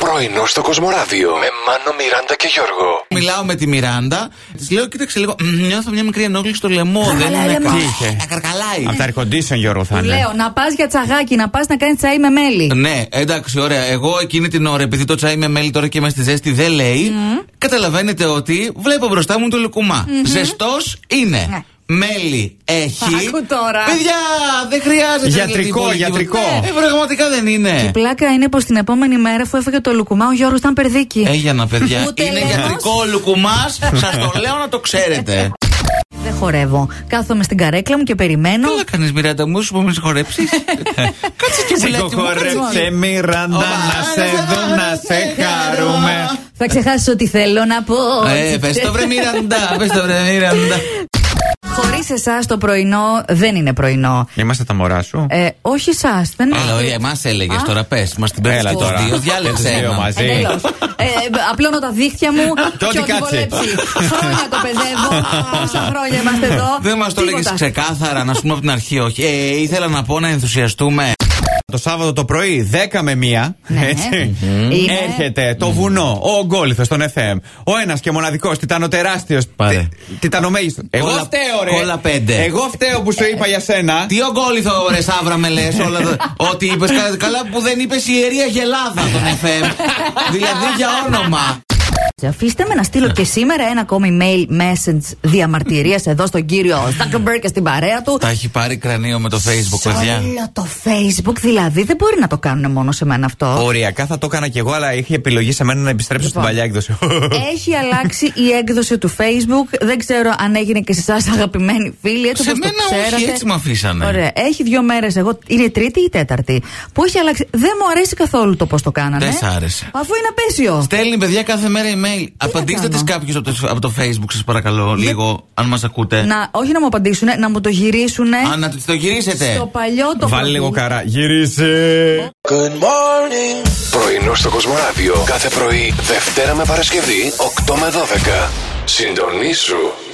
Πρωινό στο Κοσμοράδιο με Μάνο, Μιράντα και Γιώργο. Μιλάω με τη Μιράντα, της λέω: Κοίταξε λίγο, μ, νιώθω μια μικρή ενόχληση στο λαιμό. Δεν Καρκαλάει είναι λαιμό. καλά. Τι είχε? Τα καρκαλάει. Από τα air condition, Γιώργο, θα Του είναι. λέω να πας για τσαγάκι, να πας να κάνεις τσάι με μέλι. Ναι, εντάξει, ωραία. Εγώ εκείνη την ώρα, επειδή το τσάι με μέλι τώρα και είμαι στη ζέστη, δεν λέει. Ναι. Καταλαβαίνετε ότι βλέπω μπροστά μου το λουκουμά. Ζεστός είναι. Ναι. Μέλι έχει. Άκου τώρα. Παιδιά, δεν χρειάζεται. Γιατρικό, γιατί πολύ- γιατρικό. Ε, πραγματικά δεν είναι. Η πλάκα είναι πως την επόμενη μέρα αφού έφεγε το λουκουμά, ο Γιώργος ήταν περδίκι. Έγινα, παιδιά. Ούτε είναι λαιμός. γιατρικό ο λουκουμάς. Σας το λέω να το ξέρετε. Δεν χορεύω. Κάθομαι στην καρέκλα μου και περιμένω. Καλά κάνεις, Μιράντα μου, σου πω με συγχωρέψει. Κάτσε και βουλάκι μου, κάτσε. Συγχωρέψε, Μιράντα, να σε δω, να σε χαρούμε. Θα ξεχάσεις ότι θέλω να πω. Ε, πες το βρε Μιράντα, πες το βρε Μιράντα. Χωρίς εσάς το πρωινό δεν είναι πρωινό. Είμαστε τα μωρά σου. Ε, όχι εσάς, δεν είναι. Ε, Αλλά Ε, όχι, εμάς έλεγες Ναι. Α. τώρα, πες. Μας την πέφτει Έλα το τώρα. δύο, Και διάλεξε τους δύο ένα. μαζί. Εντελώς. Ε, ε, απλώνω τα δίχτυα μου Το και ότι ό,τι κάτσε. βολέψει. Χρόνια το παιδεύω. Πόσα χρόνια είμαστε εδώ. ε, Δεν μας το έλεγε Τίποτα. ξεκάθαρα, να σου πούμε από την αρχή, όχι. Ε, ήθελα να πω να ενθουσιαστούμε. Το Σάββατο το πρωί, 10 με 1. Ναι. Έτσι. Μμμ. Είναι- Έρχεται το βουνό, ο Ογκόλυθο στον FM. Ο ένας και μοναδικό, τιτάνο τεράστιο. Πάρε. Τιτανομέγιστο. Εγώ Κόλλα- φταίω, ρε. κόλλα πέντε. Εγώ φταίω που σου είπα για σένα. Τι ογκόλυθο ρε Σάβρα με λες όλα τα- Ότι είπες κα- καλά που δεν είπες η ιερία γελάδα τον FM Δηλαδή για όνομα Αφήστε με να στείλω και σήμερα ένα ακόμη mail message διαμαρτυρίας εδώ στον κύριο Zuckerberg και στην παρέα του. Τα έχει πάρει κρανίο με το facebook Σε όλο το Facebook δηλαδή δεν μπορεί να το κάνουν μόνο σε μένα αυτό. Οριακά θα το έκανα κι εγώ, αλλά είχε επιλογή σε μένα να επιστρέψω Λοιπόν. Ε. στην παλιά έκδοση. Έχει αλλάξει η έκδοση του Facebook. Δεν ξέρω αν έγινε και σε εσάς, αγαπημένοι φίλοι. Έτσι Σε όπως το μένα όχι, ξέρατε. έτσι με αφήσανε. Ωραία. Έχει δύο μέρες. Εγώ είναι η τρίτη ή η τέταρτη. Που έχει αλλάξει. Δεν μου αρέσει καθόλου το πώς το κάνανε. Δεν σ' άρεσε. Αφού είναι απέσιο. Στέλνει παιδιά κάθε μέρα email Απαντήστε κάνω. τις κάποιους από το, από το facebook σας παρακαλώ λίγο Αν μας ακούτε Να, όχι να μου απαντήσουν, να μου το γυρίσουν Α, να το γυρίσετε στο παλιό το Βάλει προφίλ. λίγο καρά. Γυρίσε. Πρωινό στο Κοσμοράδιο κάθε πρωί, Δευτέρα με Παρασκευή, 8 με 12. Συντονίσου